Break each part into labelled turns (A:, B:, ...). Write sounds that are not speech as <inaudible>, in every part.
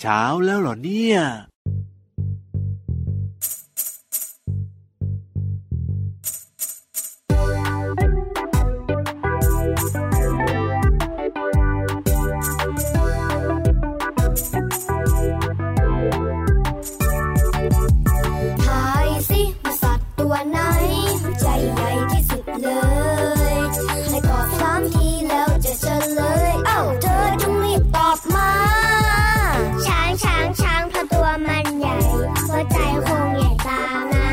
A: เช้าแล้วเหรอเนี่ย
B: ทายสิว่าสัตว์ตัวไหน ใจใหญ่ที่สุดเลย ให้ตอบสามทีแล้วจะเฉลย เอ้าเธอจงรีบตอบมา ช้างช้างช้างเพราะตัวมันใหญ่ หัวใจคงใหญ่ตามนะ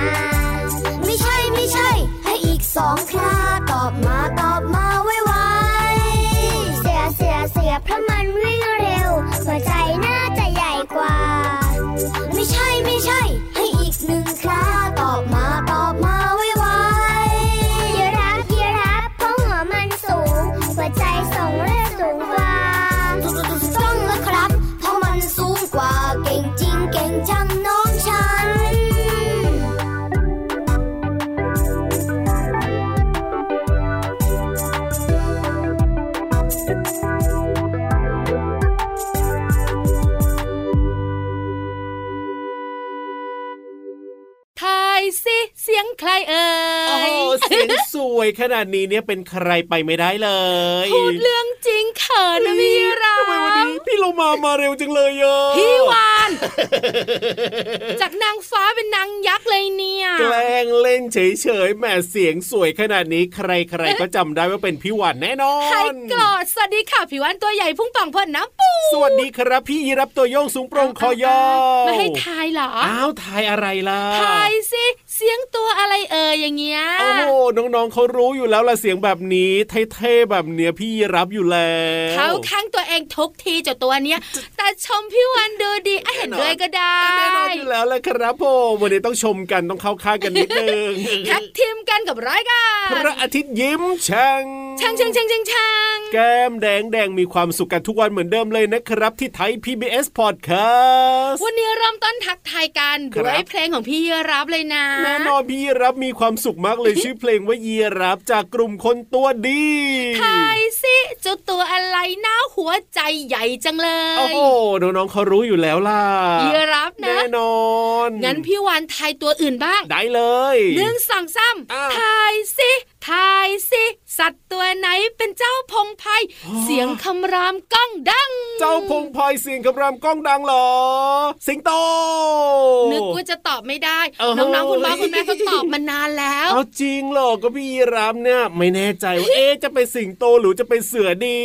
B: ไม่ใช่ไม่ใช่ ให้อีกสองคราตอบมาตอบมาไวไวๆเสียเสียเสียเพราะมันวิ่งเร็ว หัวใจน่าจะใหญ่กว่า ไม่ใช่ไม่ใช่ ให้อีกหนึ่งคราตอบมาตอบมาไวไวๆยีราฟยีราฟเพราะหัวมันสูง หัวใจส่งเลือดสูงกว่าถูกถูกต้องแล้วครับ เพราะมันสูงกว่าเก่งจริงเก่งจังน้องฉัน
C: ทายสิเสียงใครเอ่
D: โอ้
C: ย
D: โหเสียงสวยขนาดนี้เนี่ยเป็นใครไปไม่ได้เลย
C: พูดเรื่องจริงเขินนะพี่รา
D: ทำไมวันนี้พี่เรามามาเร็วจังเลยเยอะ
C: พี่วาน จากนางฟ้าเป็นนางยักษ์เลยเนี่ย
D: แกล้งเล่นเฉยๆแหมเสียงสวยขนาดนี้ใครๆก็จำได้ว่าเป็นพี่วันแน่นอ
C: ใคร
D: น
C: กรอดสวัสดีค่ะผิววันตัวใหญ่พุ่งปังพ่นน้ำปู
D: สวัสดีครับพี่ยีรับตัวโยงสูงโปร่งคอยาว
C: ไม่ให้ทายเหรอ
D: อ้าวทายอะไรล่ะ
C: ทายสิเสียงตัวอะไรเอ่ยอย่างเงี้ย
D: โอ้โหน้องๆเขารู้อยู่แล้วล่ะเสียงแบบนี้เท่ๆแบบเนี้ยพี่ยีรับอยู่แล้ว
C: เขาข้างตัวเองทุกทีเจ้าตัวเนี้ย แต่ชมพี่วันดูดีอ่ะเห็นด้วยก็ได้
D: แน่นอนอยู่แล้วล่ะครับผมวันนี้ต้องชมกันต้องเข้าค่ายกันนิดนึง
C: แท็กทีมกันกับร้อยกัน
D: พระอาทิตย์ยิ้มช่าง
C: ช่างช่างช่างช่างช่าง
D: แก้มแดงแดงมีความสุขกันทุกวันเหมือนเดิมเลยนะครับ ที่ไทย PBS Podcast
C: วันนี้เริ่มต้นทักทายกัน
D: ครั
C: ด้
D: บ
C: วยเพลงของพี่รับเลยนะ
D: แน่นอนพี่ยีรับมีความสุขมาก
C: <laughs>
D: เลยชื่อเพลงว่ายีรับจากกลุ่มคนตัวดี
C: ทายสิเจ้าตัวอะไรหน้าหัวใจใหญ่จังเลย
D: โอ้โหน้องๆเขารู้อยู่แล้วล่ะ
C: ยีรับนะ
D: แน่นอน
C: งั้นพี่วานทายตัวอื่นบ้าง
D: ได้เลย
C: หนึ่งสองสาม
D: อ้าว
C: ทายสิทายสิสัตว์ตัวไหนเป็นเจ้าพงไพร
D: อ๋อ
C: เสียงคำรามก้องดัง
D: เจ้าพงพลอยเสียงคำรามก้องดังเหรอ สิงโต
C: นึกว่าจะตอบไม่ได้
D: โอ้โห
C: น้องๆคุณพ่อคุณแม่เขาตอบมานานแล้ว
D: เอาจริงเหรอก็พี่ยีรามเนี่ยไม่แน่ใจว่าเอ๊ะจะเป็นสิงโตหรือจะเป็นเสือดี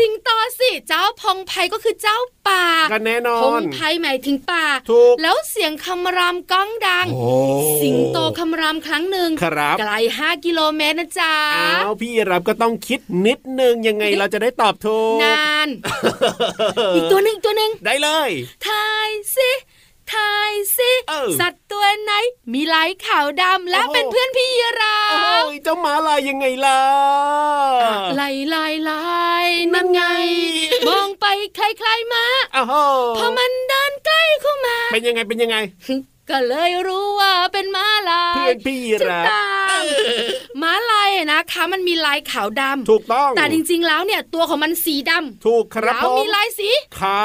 C: สิงโตสิเจ้าพงไพก็คือเจ้าป่า
D: กันแน่นอ
C: พง
D: น
C: ไพหมายถึงป่า
D: ถูก
C: แล้วเสียงคำรามก้องดัง
D: โอ้
C: สิงโตคำรามครั้งหนึ่ง
D: ครับ
C: ไกล5กิโลเมตรนะจ๊ะ
D: อ้าวพี่ยีรามก็ต้องคิดนิดนึงยังไงเราจะได้ตอบถูก
C: นาน อีกตัวหนึ่งอีกตัวหนึ่ง
D: ได้เลย
C: ทายสิทายสิ
D: เออ
C: สัตว์ตัวไหน มีลายขาวดำและ
D: โอ้โห
C: เป็นเพื่อนพี่ยีรา
D: โอ้
C: ฟ
D: ยเจ้าหมาลายยังไงล่ะ
C: ลายลายลายนั่นไง
D: นั่นไง
C: มองไปคล้ายๆมา
D: อ้าวโห
C: พอมันเดินใกล้เข้ามา
D: เป็นยังไงเป็นยังไง
C: ก็เลยรู้ว่าเป็นม้าลาย
D: เพื่อนพี่ยี
C: จึง
D: ราฟ
C: ตามม้าลายอะนะคะ มันมีลายขาวดำ
D: ถูกต้อง
C: แต่จริงๆแล้วเนี่ยตัวของมันสีดำ
D: ถูกครับ
C: แล้ว
D: ผม
C: มีลายสี
D: ขา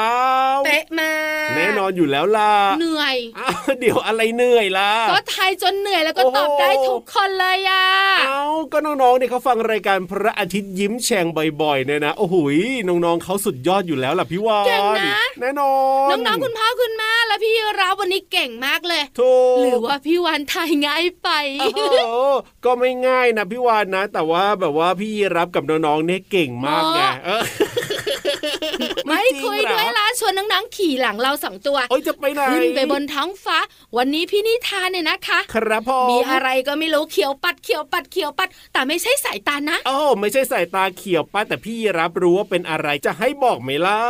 D: ว
C: เป๊ะมาก
D: แน่นอนอยู่แล้วล่ะ
C: เหนื่อย
D: อ้าวเดี๋ยวอะไรเหนื่อยล่ะ
C: ก็ทายจนเหนื่อยแล้วก็
D: โอ้โห
C: ตอบได้ทุกคนเลยอ่ะ
D: เอาก็น้องๆเนี่ยเขาฟังรายการพระอาทิตย์ยิ้มแฉ่งบ่อยๆเนี่ยนะ โอ้โหยน้องๆเขาสุดยอดอยู่แล้วล่ะพี่วาน
C: เก่งนะ
D: แน่นอน
C: น้องๆคุณพ่อคุณแม่และพี่รับวันนี้เก่งมากเลย
D: ถูก
C: หรือว่าพี่วันทายง่ายไป
D: โอ้โหก็ไม่ง่ายนะพี่วานนะ แต่ว่าแบบว่าพี่รับกับน้องๆเนี่ยเก่งมากไง
C: อ๋อ
D: เออ
C: ไม่
D: จริง
C: คุย
D: เหรอ
C: ด้วยละชวนน้องๆขี่หลังเราสองตัว
D: โอ้ยจะไปไหน
C: ขึ้นไปบนท้องฟ้า วันนี้พี่นิทานเนี่ยนะคะ
D: ครับพ่อ
C: มีอะไรก็ไม่รู้เขียวปัดเขียวปัดเขียวปัด แต่ไม่ใช่สายตานะ
D: โอ้าวไม่ใช่สายตาเขียวป้าแต่พี่รับรู้ว่าเป็นอะไรจะให้บอกไหมล่ะ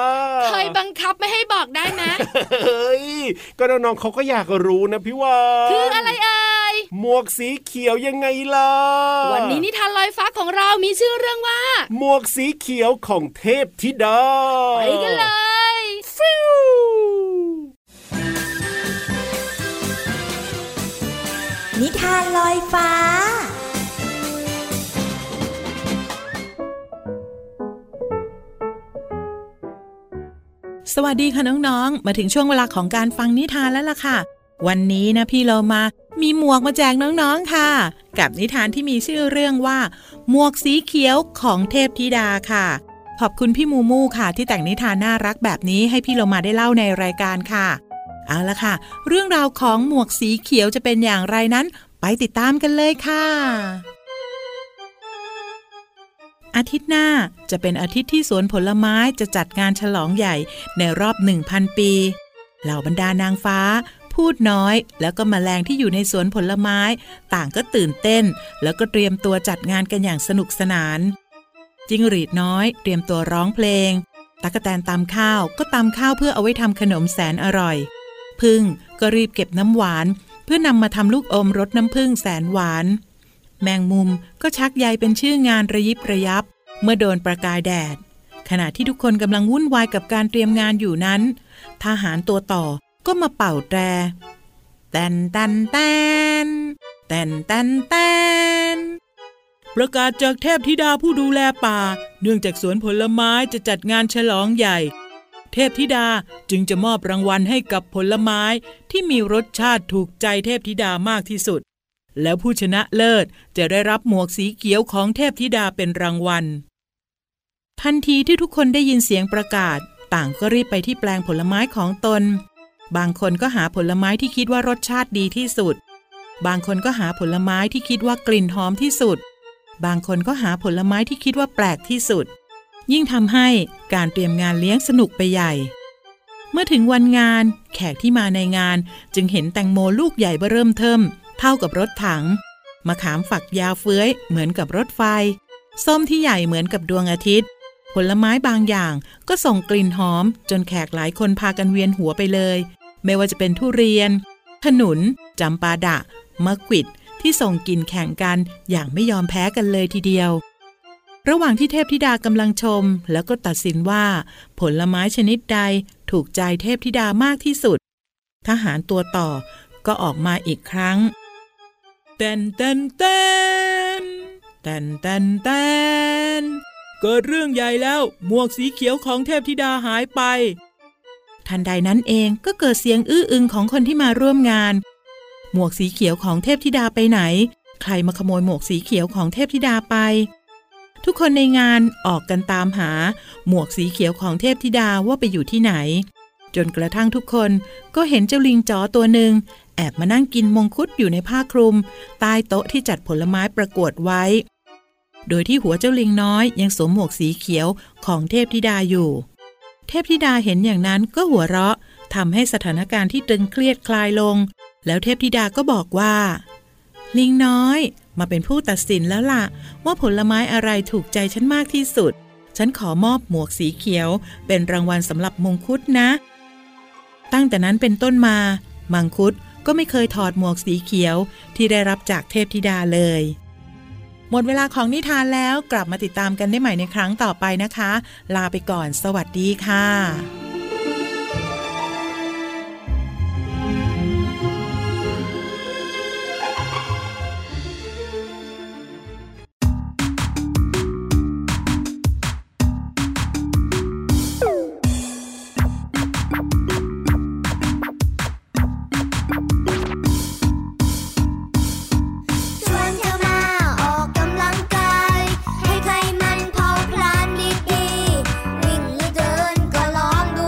C: เคยบังคับไม่ให้บอกได้ไหม
D: เฮ้ยก็น้องๆเขาก็อยากรู้นะพี่วาน
C: คืออะไรเอ่ย
D: หมวกสีเขียวยังไงล่ะ
C: วันนี้นิทานลอยฟ้าของเรามีชื่อเรื่องว่า
D: หมวกสีเขียวของเทพธิดา
C: ไปกันเลยฟิว
E: นิทานลอยฟ้า
D: ส
F: สวัสดีค่ะน้องๆ มาถึงช่วงเวลาของการฟังนิทานแล้วล่ะค่ะ วันนี้นะพี่เรามามีหมวกมาแจกน้องๆค่ะ กับนิทานที่มีชื่อเรื่องว่า หมวกสีเขียวของเทพธิดาค่ะ ขอบคุณพี่มูมูค่ะที่แต่งนิทานน่ารักแบบนี้ให้พี่เรามาได้เล่าในรายการค่ะ เอาละค่ะ เรื่องราวของหมวกสีเขียวจะเป็นอย่างไรนั้น ไปติดตามกันเลยค่ะ อาทิตย์หน้าจะเป็นอาทิตย์ที่สวนผลไม้จะจัดงานฉลองใหญ่ในรอบ 1,000 ปี เหล่าบรรดานางฟ้า พูดน้อย แล้วก็แมลงที่อยู่ในสวนผลไม้ ต่างก็ตื่นเต้น แล้วก็เตรียมตัวจัดงานกันอย่างสนุกสนาน จิ้งหรีดน้อย เตรียมตัวร้องเพลง ตั๊กแตนตำข้าวก็ตำข้าวเพื่อเอาไว้ทำขนมแสนอร่อย พึ่งก็รีบเก็บน้ำหวาน เพื่อนำมาทำลูกอมรสน้ำผึ้งแสนหวาน แมงมุมก็ชักใยเป็นชื่องานระยิบระยับ เมื่อโดนประกายแดด ขณะที่ทุกคนกำลังวุ่นวายกับการเตรียมงานอยู่นั้น ทหารตัวต่อก็มาเป่าแตรแตนแตนแตนแตนแตนแตนประกาศจากเทพธิดาผู้ดูแลป่า เนื่องจากสวนผลไม้จะจัดงานฉลองใหญ่ เทพธิดาจึงจะมอบรางวัลให้กับผลไม้ที่มีรสชาติถูกใจเทพธิดามากที่สุด แล้วผู้ชนะเลิศจะได้รับหมวกสีเขียวของเทพธิดาเป็นรางวัล ทันทีที่ทุกคนได้ยินเสียงประกาศ ต่างก็รีบไปที่แปลงผลไม้ของตน บางคนก็หาผลไม้ที่คิดว่ารสชาติดีที่สุด บางคนก็หาผลไม้ที่คิดว่ากลิ่นหอมที่สุด บางคนก็หาผลไม้ที่คิดว่าแปลกที่สุด ยิ่งทำให้การเตรียมงานเลี้ยงสนุกไปใหญ่ เมื่อถึงวันงานแขกที่มาในงานจึงเห็นแตงโมลูกใหญ่เบ้อเริ่มเทิมเท่ากับรถถัง มะขามฝักยาวเฟื้อยเหมือนกับรถไฟ ส้มที่ใหญ่เหมือนกับดวงอาทิตย์ ผลไม้บางอย่างก็ส่งกลิ่นหอม จนแขกหลายคนพากันเวียนหัวไปเลย ไม่ว่าจะเป็นทุเรียน ขนุนจำปาดะ มะกวิดที่ส่งกลิ่นแข่งกันอย่างไม่ยอมแพ้กันเลยทีเดียว ระหว่างที่เทพธิดากำลังชม แล้วก็ตัดสินว่า ผลไม้ชนิดใดถูกใจเทพธิดามากที่สุด ทหารตัวต่อก็ออกมาอีกครั้งเต้นเต้นเต้นเต้นเต้นเต้นเกิดเรื่องใหญ่แล้วหมวกสีเขียวของเทพธิดาหายไป ทันใดนั้นเองก็เกิดเสียงอื้ออึงของคนที่มาร่วมงาน หมวกสีเขียวของเทพธิดาไปไหน ใครมาขโมยหมวกสีเขียวของเทพธิดาไป ทุกคนในงานออกกันตามหา หมวกสีเขียวของเทพธิดาว่าไปอยู่ที่ไหน จนกระทั่งทุกคนก็เห็นเจ้าลิงจ๋อตัวหนึ่ง แอบมานั่งกินมงคุดอยู่ในผ้าคลุม ใต้โต๊ะที่จัดผลไม้ประกวดไว้ โดยที่หัวเจ้าลิงน้อยยังสวมหมวกสีเขียวของเทพธิดาอยู่ เทพธิดาเห็นอย่างนั้นก็หัวเราะทำให้สถานการณ์ที่ตึงเครียดคลายลง แล้วเทพธิดาก็บอกว่า ลิงน้อย มาเป็นผู้ตัดสินแล้วล่ะ ว่าผลไม้อะไรถูกใจฉันมากที่สุด ฉันขอมอบหมวกสีเขียว เป็นรางวัลสำหรับมงคุดนะ ตั้งแต่นั้นเป็นต้นมา มังคุดก็ไม่เคยถอดหมวกสีเขียวที่ได้รับจากเทพธิดาเลย หมดเวลาของนิทานแล้วกลับมาติดตามกันได้ใหม่ในครั้งต่อไปนะคะ ลาไปก่อน สวัสดีค่ะ
G: ชวนเธอมาออกกำลังกาย ให้ไขมันเผาพลาญดีๆวิ่งหรือเดินก็ลองดู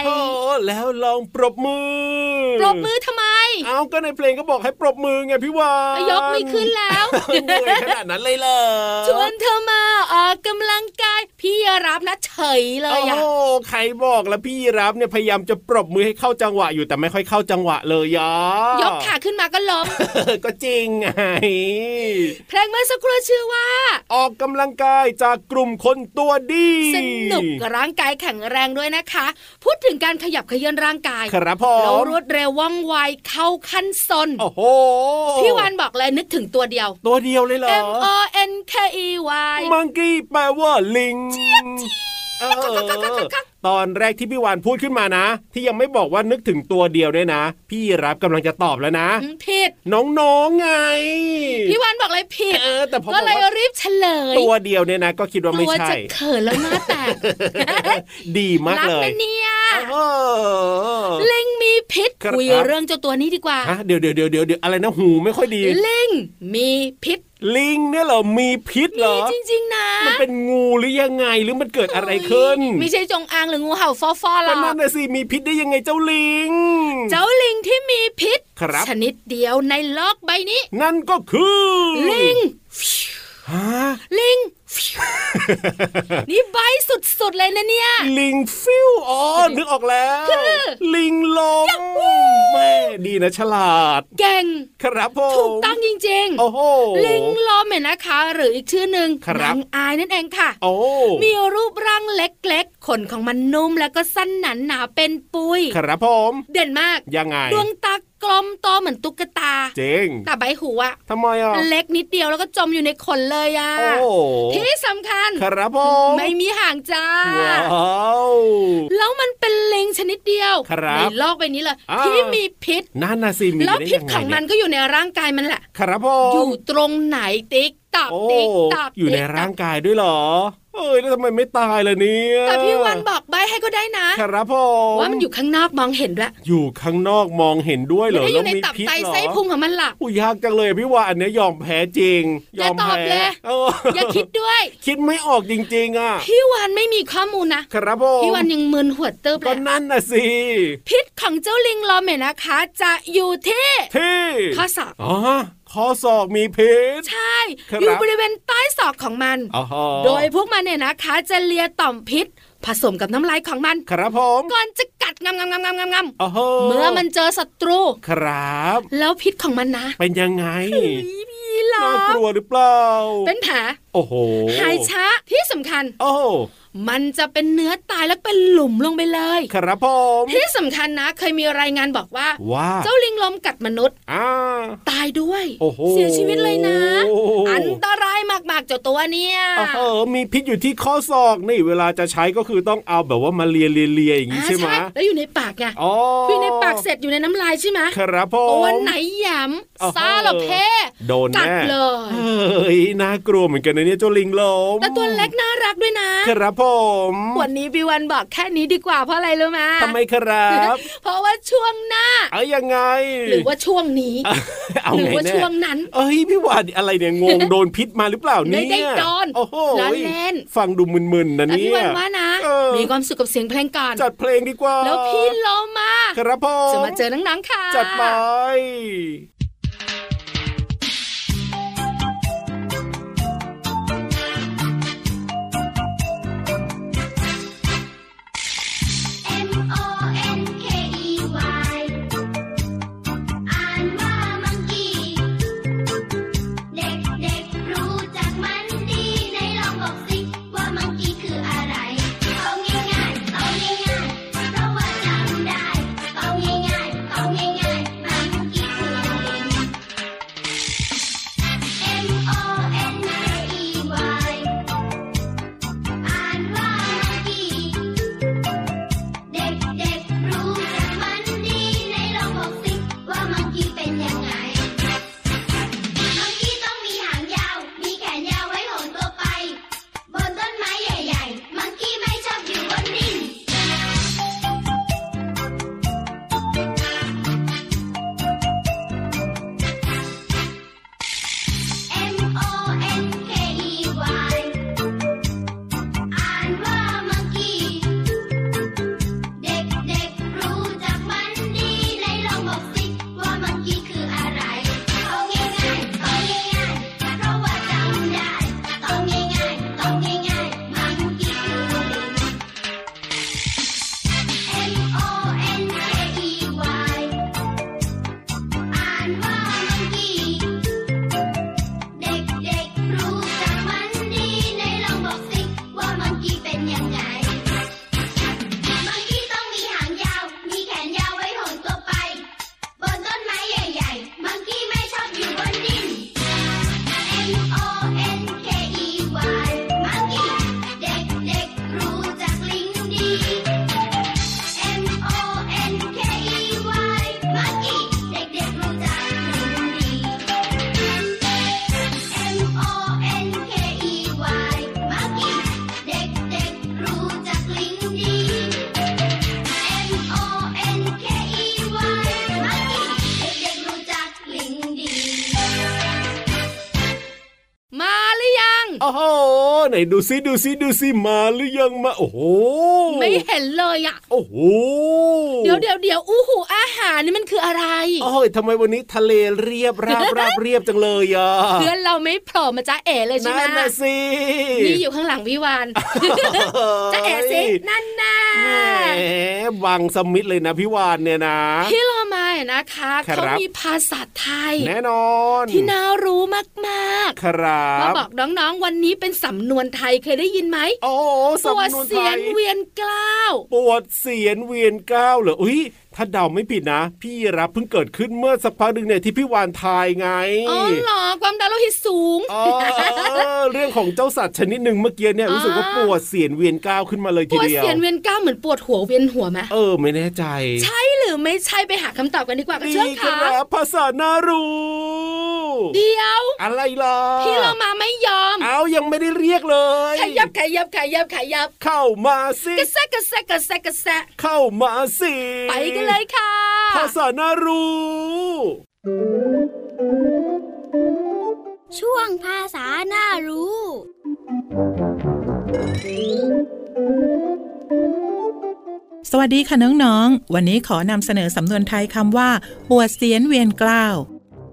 D: ปรบมือ
C: ปรบมือทำไม
D: เอาก็ในเพลงก็บอกให้ปรบมือไงพี่วาน
C: ยกไม่ขึ้นแล้ว
D: เหนื่อยขนาดนั้นเลยเหรอ
C: ชวนเธอมาออกกำลังกาย พี่รับนะเฉยเลย
D: โอ้
C: อะ
D: โหใครบอกแล้วพี่รับเนี่ยพยายามจะปรบมือให้เข้าจังหวะอยู่แต่ไม่ค่อยเข้าจังหวะเลยยอย
C: กขาขึ้นมาก็ล้ม
D: เออ <laughs> ก็จริงไง
C: เพลงเมื่อสักครู่ชื่อว่า
D: ออกกำลังกายจากกลุ่มคนตัวดี
C: สนุกร่างกายแข็งแรงด้วยนะคะ พูดถึงการขยับเขยื้อนร่างกาย
D: ครับผม
C: แล้วรวดเร็วว่องไวเข้าขั้นซน
D: โอ้โห
C: พี่วานบอกเลยนึกถึงตัวเดียว
D: ตัวเดียวเลยเหรอ
C: M O N K E Y
D: มังกี้แปลว่าลิงเออตอนแรกที่พี่วานพูดขึ้นมานะ ที่ยังไม่บอกว่านึกถึงตัวเดียวเนี่ยนะ พี่รับกำลังจะตอบแล้วนะ
C: อืมผิด
D: น้องๆไง
C: พี่วานบอกเลยผิด
D: เออแต่พอบอกว่า
C: ก็เลยรีบเฉลย
D: ตัวเดียวเนี่ยนะ ก็คิดว่าไม่
C: ตัว
D: ใช่
C: จะเขินแล้วหน้าแตก
D: ดีมาก
C: รั
D: เล
C: นะ
D: ย
C: เนี่ย
D: เออ
C: ลิงมีพิษ
D: ครับ
C: คุยเรื่องเจ้าตัวนี้ดีกว่า
D: ฮะเดี๋ยวเดี๋ยวเดี๋ยวเดี๋ยวอะไรนะหูไม่ค่อยดี
C: ลิงมีพิษ
D: ลิงเนี่ยเหรอมีพิษเหร
C: มี
D: อ
C: จริง ๆ นะ
D: มันเป็นงูหรือยังไงหรือมันเกิดอะไรขึ้น
C: ไม่ใช่จงอางหรืองูเห่าฟอฟอๆหร
D: ก็
C: อ
D: นั่น
C: ก
D: น่ะสิมีพิษได้ยังไงเจ้าลิง
C: เจ้าลิงที่มีพิษ
D: ครับ
C: ชนิดเดียวในโลกใบนี้
D: นั่นก็คือ
C: ลิง
D: ฮะ
C: ลิง <laughs> นี่ใบสุดๆเลยนะเนี่ย
D: ลิงฟิวอ๋อนึกออกแล้วลิงลมแม่ดีนะฉลาด
C: เก่ง
D: ครับผม
C: ถูกต้องจริง
D: โอ้โห
C: ๆ ลิงลมเนี่ยนะคะ หรืออีกชื่อหนึ่ง
D: ครับ
C: นางอายนั่นเองค่ะ
D: โอ้
C: มีรูปร่างเล็กๆ ขนของมันนุ่มแล้วก็สั้นหนาหนาๆเป็นปุย
D: ครับผม
C: เด่นมาก
D: ยังไง
C: ดวงตากลมโตเหมือนตุ๊กตา
D: เจ๋ง
C: แต่ใบหูอะ
D: ทำไมอ่ะ
C: เล็กนิดเดียวแล้วก็จมอยู่ในขนเลยอะ
D: โอ้
C: ที่สำคัญ
D: ครับผม
C: ไม่มีห่างจ้า
D: ว้าว
C: แล้วมันเป็นลิงชนิดเดียว
D: ครับ
C: ในโลกใบนี้เลย
D: อ่า
C: ที่มีพิษ
D: นั่นน่ะสิมี
C: แล้ว
D: ได้
C: พิษ
D: ยังไง
C: ของมัน
D: เย
C: ก็อยู่ในร่างกายมันแหละ
D: ครับผม
C: อยู่ตรงไหนติ๊กตับ
D: โอ้
C: ติ๊กตับ
D: อยู่ในร่างกายด้วยเหรอ เอ้ยแล้วทำไมไม่ตายล่ะเนี่ย
C: แต่พี่วันบอกใบให้ก็ได้นะ
D: ครับผม
C: ว่ามันอยู่ข้างนอกมองเห็นด้วย
D: อยู่ข้างนอกมองเห็นด้วยเหรอ
C: ไม่ได้อ
D: แล้ว
C: ยู่ใน
D: มี
C: ตับ
D: พิษ
C: ไต
D: เหรอ
C: ไส้พุงของมันล่ะ
D: อุ้ยยากจังเลยพี่วานอันเนี้ยยอมแพ้จริง ยอม
C: อย่าตอบ
D: แพ้
C: เลย
D: เออ
C: อย่าคิดด้วย
D: <laughs> คิดไม่ออกจริง ๆ อ่ะ
C: พี่วันไม่มีข้อมูลนะครับ
D: ผม
C: พี่วันยังมึนหัวเติบเล
D: ก็
C: ย
D: นั่นน่ะสิ
C: พิษของเจ้าลิงลอมเนี่ยนะคะ จะอยู่ที่
D: ที่
C: ข้อศอก
D: อ๋อข้อศอกมีพิษ
C: ใช่
D: ครับ
C: อยู่บริเวณใต้ศอกของมัน
D: อ๋อ
C: โดยพวกมันเนี่ยนะคะ จะเลียต่อมพิษ ผสมกับน้ำลายของมัน
D: ครับผม
C: ก่อนจะกัดงำงำงำงำงำง
D: อ๋อ
C: ำเมื่อมันเจอศัตรู
D: ครับ
C: แล้วพิษของมันนะ
D: เป็นยังไง
C: พี่ลอ
D: น่าก
C: ม
D: ลัวหรือเปล่า
C: เป็นแผล
D: โอ้โห
C: หายช้าที่สำคัญ
D: โอ้
C: มันจะเป็นเนื้อตายและเป็นหลุมลงไปเลย
D: ครับผม
C: ที่สำคัญนะ เคยมีรายงานบอกว่า
D: ว่า
C: เจ้าลิงลมกัดมนุษย์
D: อ่า
C: ตายด้วย
D: โอ้โห
C: เสียชีวิตเลยนะ
D: โอ้โห
C: อันตรายมากๆเจ้าตัวเนี่ย
D: เออมีพิษอยู่ที่ข้อศอกนี่เวลาจะใช้ก็คือต้องเอาแบบว่ามาเลียเลียเลียอย่างนี้
C: อ่า
D: ใช่ไหม
C: แล้วอยู่ในปากไง
D: อ๋อ
C: อยู่ในปากเสร็จอยู่ในน้ำลายใช่ไหม
D: ครับผม
C: ตัวไหนหย
D: โอ้โห
C: ำซาลบเพ
D: โดน
C: กัด
D: แน่
C: เลย
D: เฮ้ยน่ากลัวเหมือนกันนะเนี่ยเจ้าลิงลม
C: แต่ตัวเล็กน่ารักด้วยนะครับ
D: ผม
C: วันนี้พี่วันบอกแค่นี้ดีกว่าเพราะอะไรรู้ไหม
D: ทำไมครับ
C: เพราะว่าช่วงหน้า
D: เอายังไง
C: หรือว่าช่วงนี้
D: เอา
C: หรื
D: ไง
C: ว่า
D: แน่
C: ช่วงนั้น
D: เอ้ยพี่วานอะไรเนี่ยงงโดนพิษมาหรือเปล่าเนี่ย
C: ไม่ได้โดน
D: โอ้โห
C: ล้อเล่น
D: ฟังดูมึนๆนะ
C: แต่
D: เนี่ย
C: พี่วันว่านะ
D: เออ
C: มีความสุขกับเสียงเพลงก่อน
D: จัดเพลงดีกว่า
C: แล้วพี่โลมา
D: ครับผม
C: จะมาเจอนังๆค่ะ
D: จัดไป
G: M O N K E Y อ่านว่ามังกี้ เด็กๆรู้จักมันดีไหนลองบอกสิว่ามังกี้คืออะไรเอาง่ายๆเอาง่ายๆเพราะว่าจำได้เอาง่ายๆเอาง่ายๆมังกี้คือลิง
D: โอ้โหไหนดูซิดูซิดูซิมาหรือยังมาโอ้โห
C: ไม่เห็นเลยอะ
D: โอ้โห
C: เดี๋ยวเดี๋ยวเดี๋ยวอู้หูอาหารนี่มันคืออะไร
D: โอ้ยทำไมวันนี้ทะเลเรียบราบราบเรียบจังเลยอ่ะ
C: เพื่อนเราไม่โผล่มาจ้าเอ๋เลยใช่ไหม
D: นั่นน่ะสิ
C: นี่อยู่ข้างหลังพี่วานจ้าเอ๋สินั่นน่ะ
D: แหมวังสมิธเลยนะพี่วานเนี่ยนะ
C: พี่โลมาเนี่ยนะคะ
D: ครับ
C: เขามีภาษาไทย
D: แน่นอน
C: ที่น่ารู้มาก
D: ครั
C: ๆมา
D: บ
C: บอกน้องๆวันนี้เป็นสำนวนไทยเคยได้ยินไหม
D: โอ้โห
C: ปวด
D: สำนวนไท
C: เสียน
D: ย
C: เวียนเกล้าว
D: ปวดเสียนเวียนเก้าวเหรออุ้ยถ้าเดาไม่ผิดนะ พี่รับเพิ่งเกิดขึ้นเมื่อสักพักหนึ่งเนี่ยที่พี่วานทายไง
C: อ๋อเหรอความดันโลหิตสูง <laughs>
D: อ๋อเรื่องของเจ้าสัตว์ชนิดหนึ่งเมื่อกี้เนี่ยรู้สึกว่า
C: อ๋อ
D: ปวดเสียนเวียนเก้าวขึ้นมาเลย
C: ป
D: ที
C: วด
D: เดียว
C: เสียนเวียนเกล้าวเหมือนปวดหัวเวียนหัวไหม
D: เออไม่แน่ใจ
C: ใช่หรือไม่ใช่ไปหาคำตอบกันดีกว่าค่ะ
D: ดี
C: เชื่อ
D: ค
C: ค่ะ
D: รับภาษาน่ารู้
C: เดียว
D: อะไรล่ะ
C: พี่เรามาไม่ยอม
D: เอายังไม่ได้เรียกเลย
C: ขยับขยับขยับขยับ
D: เข้ามาสิ
C: กระแซะกระแซะกระแซะกระแซะ
D: เข้ามาสิ
C: ไปกันเลยค่ะ
D: ภาษาน่ารู้
G: ช่วงภาษาหน้ารู้
F: สวัสดีค่ะน้องๆ วันนี้ขอนำเสนอสำนวนไทยคำว่า ปวดเสียนเวียนเกล้าว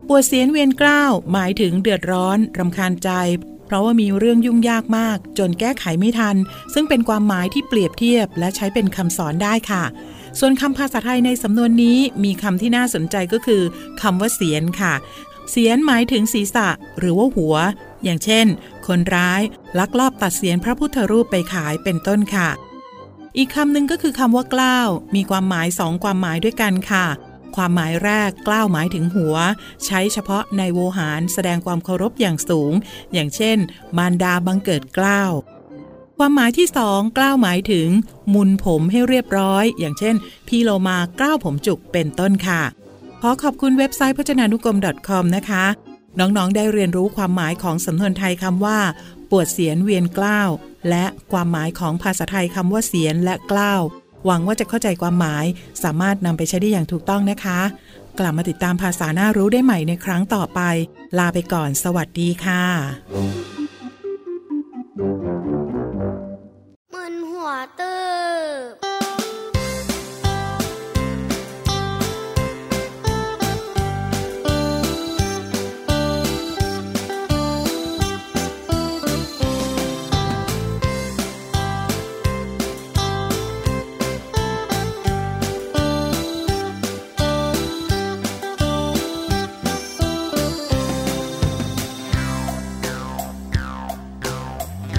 F: ปวดเสียนเวียนเกล้าว หมายถึงเดือดร้อนรำคาญใจ เพราะว่ามีเรื่องยุ่งยากมาก จนแก้ไขไม่ทัน ซึ่งเป็นความหมายที่เปรียบเทียบและใช้เป็นคำสอนได้ค่ะ ส่วนคำภาษาไทยในสำนวนนี้มีคำที่น่าสนใจก็คือคำว่าเสียนค่ะ เสียนหมายถึงศีรษะหรือว่าหัว อย่างเช่น คนร้ายลักลอบตัดเสียนพระพุทธรูปไปขายเป็นต้นค่ะ อีกคำหนึ่งก็คือคำว่ากล้าว มีความหมายสองความหมายด้วยกันค่ะ ความหมายแรกกล้าวหมายถึงหัว ใช้เฉพาะในโวหารแสดงความเคารพอย่างสูง อย่างเช่น มารดาบังเกิดกล้าว ความหมายที่สองกล้าวหมายถึง มุนผมให้เรียบร้อย อย่างเช่น พี่โลมากล้าวผมจุกเป็นต้นค่ะ ขอขอบคุณเว็บไซต์พจนานุกรม .com นะคะ น้องๆ ได้เรียนรู้ความหมายของสำนวนไทยคำว่า ปวดเสียนเวียนเกล้าว และความหมายของภาษาไทยคำว่าเสียนและเกล้าว หวังว่าจะเข้าใจความหมาย สามารถนำไปใช้ได้อย่างถูกต้องนะคะ กลับมาติดตามภาษาหน้ารู้ได้ใหม่ในครั้งต่อไป ลาไปก่อน สวัสดีค่ะ
G: มึนหัวเติบ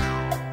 H: Thank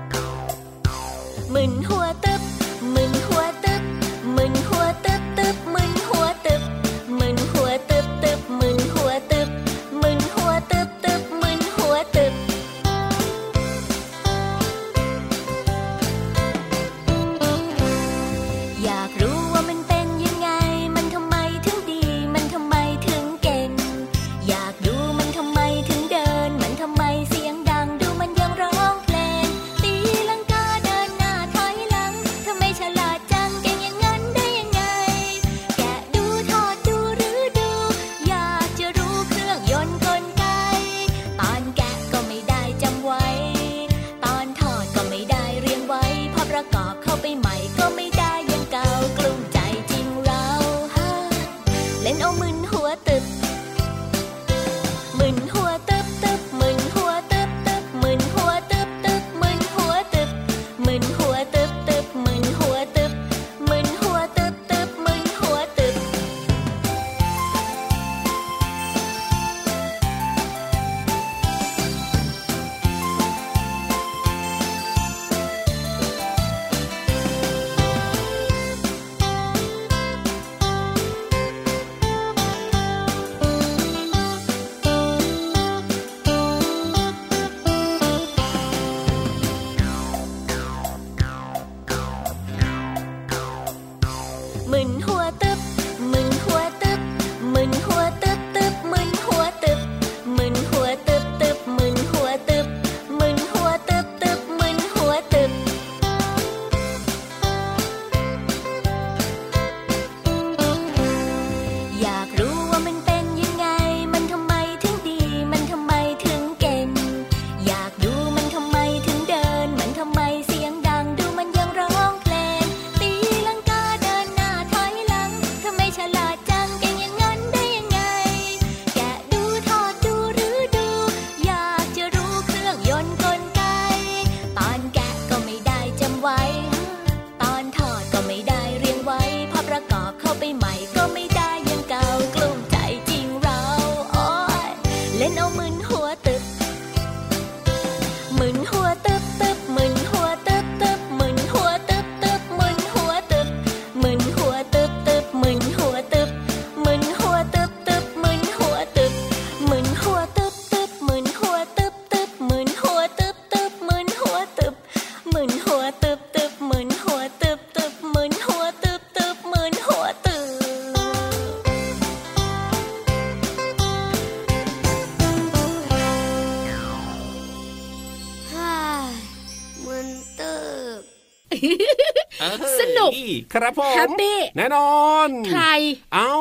C: สนุก
D: เอ้ยครับผม
C: แฮปปี้
D: แน่นอน
C: ใคร
D: เอ้า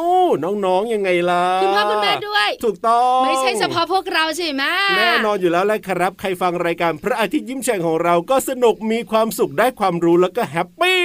D: น้องๆยังไงล่ะ
C: คุณพ่อคุณแม่ด้วย
D: ถูกต้อง
C: ไม่ใช่เฉพาะพวกเราใช่ไหม
D: แน่นอนอยู่แล้วแหละครับ ใครฟังรายการพระอาทิตย์ยิ้มแฉ่งของเราก็สนุกมีความสุขได้ความรู้แล้วก็แฮปปี้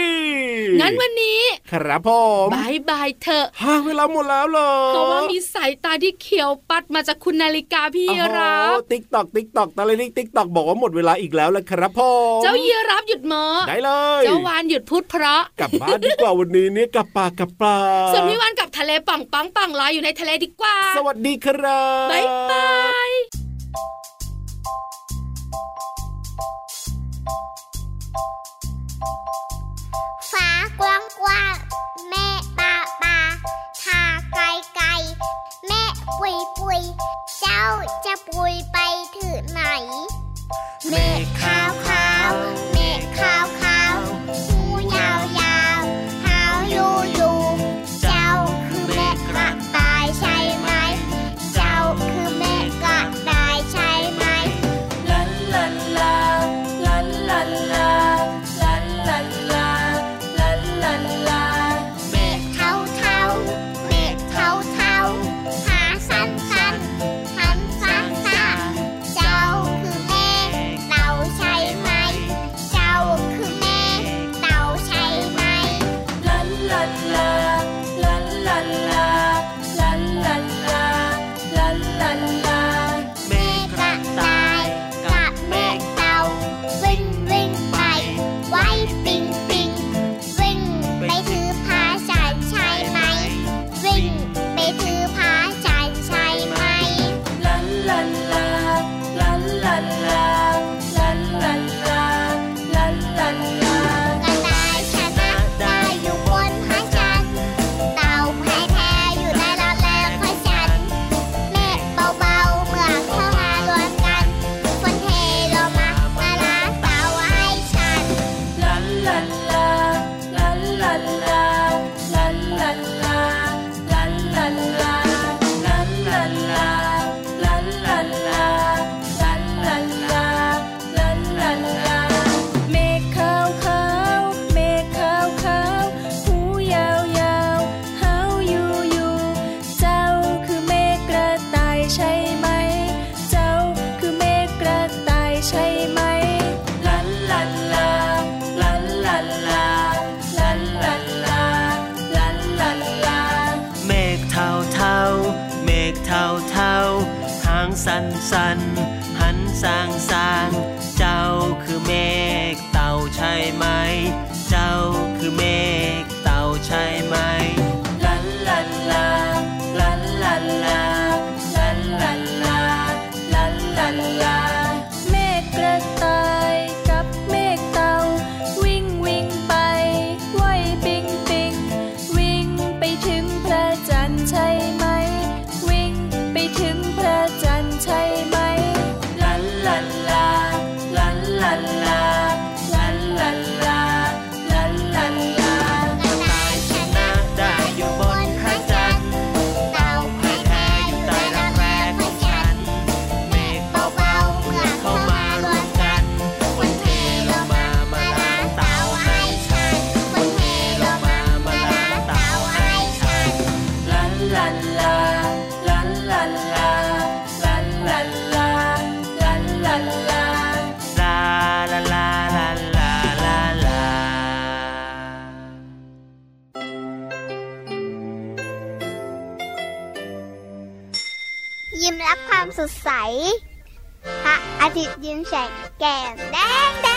C: งั้นวันนี้
D: ครับผม
C: บายบายเถอะ
D: ฮะเวลาหมดแล้วเหรอ
C: เพราะว่ามีสายตาที่เขียวปัดมาจากคุณนาฬิกาพี่ยีรับ
D: ติ๊กตอกติ๊กตอกตะลิลิกติ๊กตอกบอกว่าหมดเวลาอีกแล้วละครับผม
C: เจ้ายีรับหยุดหมอ
D: ได้เลย
C: เจ้าวานหยุดพูดเพราะ
D: กลับบ้านดีกว่าวันนี้เนี่ยกลับป่ากกลับปลา
C: ส่วนพี่วานกับทะเลป่องปังปังลอยอยู่ในทะเลดีกว่า
D: สวัสดีครับ
C: บายบาย
G: ฟ้ากว้างกว้างแม่ปลาปลาทาไกลไกลแม่ปุยปุยเจ้าจะปุยไปถึงไหนเมฆขาวขาวเมฆขาวขาวหูยาวยาวเท้ายูยูเจ้าคือแม่กระต่ายใช่ไหม เจ้าคือแม่กระต่ายใช่ไหม เมฆเทาเทาเมฆเทาเทาขาสั้นสั้นหันซ้ายซ้ายเจ้าคือเมฆเต่าใช่ไหม เจ้าคือเมฆเต่าใช่ไหม เมฆกระต่ายกับเมฆเต่าวิ่งวิ่งไป ไว้ปิงปิงวิ่งไปถือพาฉันใช่ไหม วิ่งไปถือพาฉันใช่ไหม กระต่ายชนะได้อยู่บนพระจันทร์เต่าแพ้แท้อยู่ได้แล้วแล้วพระจันทร์เมฆเบาๆเมื่อเข้ามารวมกันฝนเทลงมามาล้างเต่าให้ฉัน
A: เมฆขาวขาวเมฆขาวขาวหูยาวยาวเฮาอยู่อยู่เจ้าคือเมฆกระต่ายใช่ไหม เจ้าคือเมฆกระต่ายใช่ไหม ลันลันลา ลันลันลา ลันลันลา ลันลันลา
H: เมฆเทาเทาๆเมฆเทาเทาๆหางสันสันๆหันสางสางๆเจ้าคือเมฆเต่าใช่ไหม เจ้าคือเมฆเต่าใช่ไหม ลันลันลา ลันลันลา ลันลันลา ลันลันลา
A: เมฆกระต่ายกับเมฆเต่าวิ่งวิ่งไปไหวปิงปิงวิ่งไปถึงพระจันทร์ใช่ไหม วิ่งไปถึงพระจันทร์ใช่ไหม
H: ลันลันลา ลันลันลา ลันลันลา ลันลันลา
G: กระต่ายชนะได้อยู่บนพระจันทร์เต่าแพ้แท้อยู่ใต้รักแร้ของฉัน เมฆเบาๆเมื่อเข้ามารวมกันฝนเทลงมามาล้างเต่าให้ฉันฝนเทลงมามาล้างเต่าให้ฉัน
H: ลันลันลา ลันลันลา ลันลันลา ลันลันลา ลาลาลาลาลาลาลา
G: ยิ้มรับความสดใส พระอาทิตย์ยิ้มแฉกแก้มแดงแดง